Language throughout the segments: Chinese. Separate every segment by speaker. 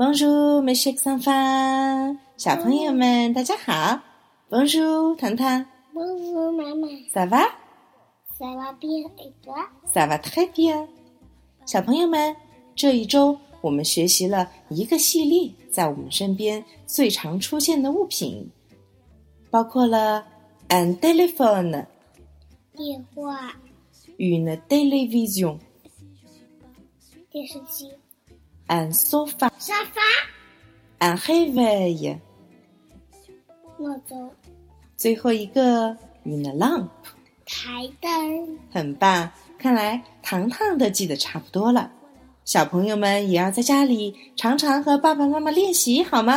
Speaker 1: 们是桑芳，小朋友们大家好，Bonjour，糖糖
Speaker 2: ，Bonjour，妈妈
Speaker 1: ，Ça va？
Speaker 2: Ça va bien et toi？
Speaker 1: Ça va très bien。小朋友们，这一周我们学习了一个系列在我们身边最常出现的物品，包括了 un téléphone、
Speaker 2: 电话、
Speaker 1: une télévision、
Speaker 2: 电视机、
Speaker 1: un sofa、
Speaker 2: 沙发、
Speaker 1: un réveil，
Speaker 2: 闹钟、
Speaker 1: 最后一个 une lampe。
Speaker 2: 台灯。
Speaker 1: 很棒，看来糖糖的记得差不多了。小朋友们也要在家里常常和爸爸妈妈练习，好吗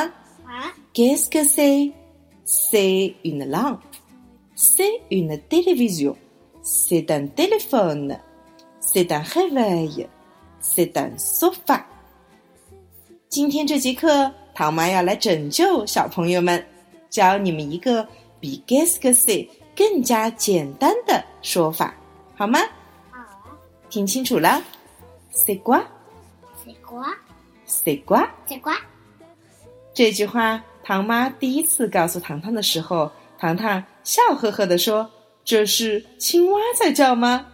Speaker 2: 啊，
Speaker 1: ？Qu'est-ce que c'est? C'est une lampe. C'est une télévision. C'est un téléphone. C'est un réveil. C'est un sofa. 今天这节课，唐妈要来拯救小朋友们，教你们一个比 “guess que say” 更加简单的说法，好吗？
Speaker 2: 好啊，
Speaker 1: 听清楚了，“c'est quoi”。
Speaker 2: 西瓜，
Speaker 1: “c'est quoi”
Speaker 2: 西瓜，
Speaker 1: 这句话，唐妈第一次告诉糖糖的时候，糖糖笑呵呵地说：“这是青蛙在叫吗？”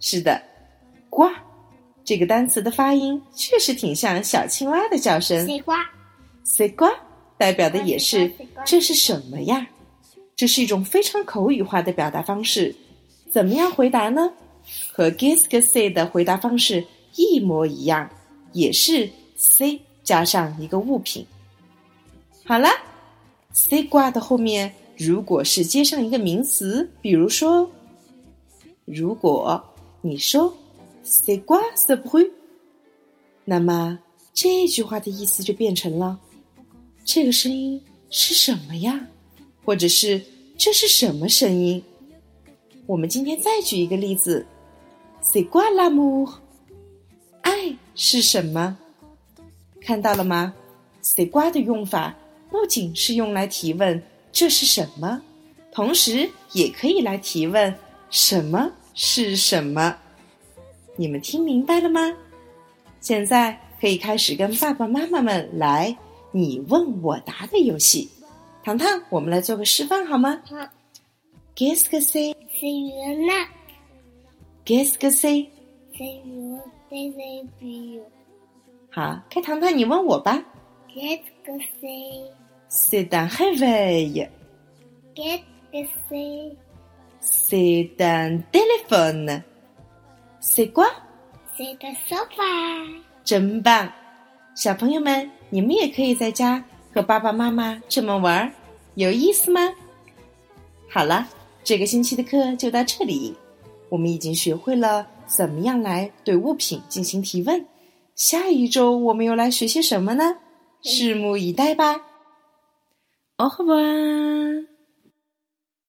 Speaker 1: 是的，呱，这个单词的发音确实挺像小青蛙的叫声。
Speaker 2: 西瓜，
Speaker 1: “c'est quoi” 代表的也是
Speaker 2: “c'est-quoi”，“c'est-quoi”
Speaker 1: 这是什么呀？这是一种非常口语化的表达方式。怎么样回答呢？和 “guess que say” 的回答方式一模一样，也是 “c” 加上一个物品。好了，“c 挂”的后面如果是接上一个名词，比如说，如果你说 “c 挂 ce bruit”，那么这句话的意思就变成了。这个声音是什么呀？或者是这是什么声音？我们今天再举一个例子，C'est quoi l'amour？爱是什么？看到了吗？C'est quoi 的用法不仅是用来提问这是什么，同时也可以来提问什么是什么。你们听明白了吗？现在可以开始跟爸爸妈妈们来你问我答的游戏。糖糖，我们来做个示范好吗
Speaker 2: 好，
Speaker 1: ？Guess que c'est,
Speaker 2: 是云呢，
Speaker 1: guess que c'est。
Speaker 2: 是云，这是比
Speaker 1: 好，看糖糖，你问我吧。
Speaker 2: ，get 个西
Speaker 1: C'est un réveil,
Speaker 2: ，get 个西，
Speaker 1: c'est un téléphone. C'est quoi？
Speaker 2: 是个 sofa，
Speaker 1: 真棒！小朋友们，你们也可以在家和爸爸妈妈这么玩儿，有意思吗？好了，这个星期的课就到这里。我们已经学会了怎么样来对物品进行提问。下一周我们又来学些什么呢？拭目以待吧。Au revoir。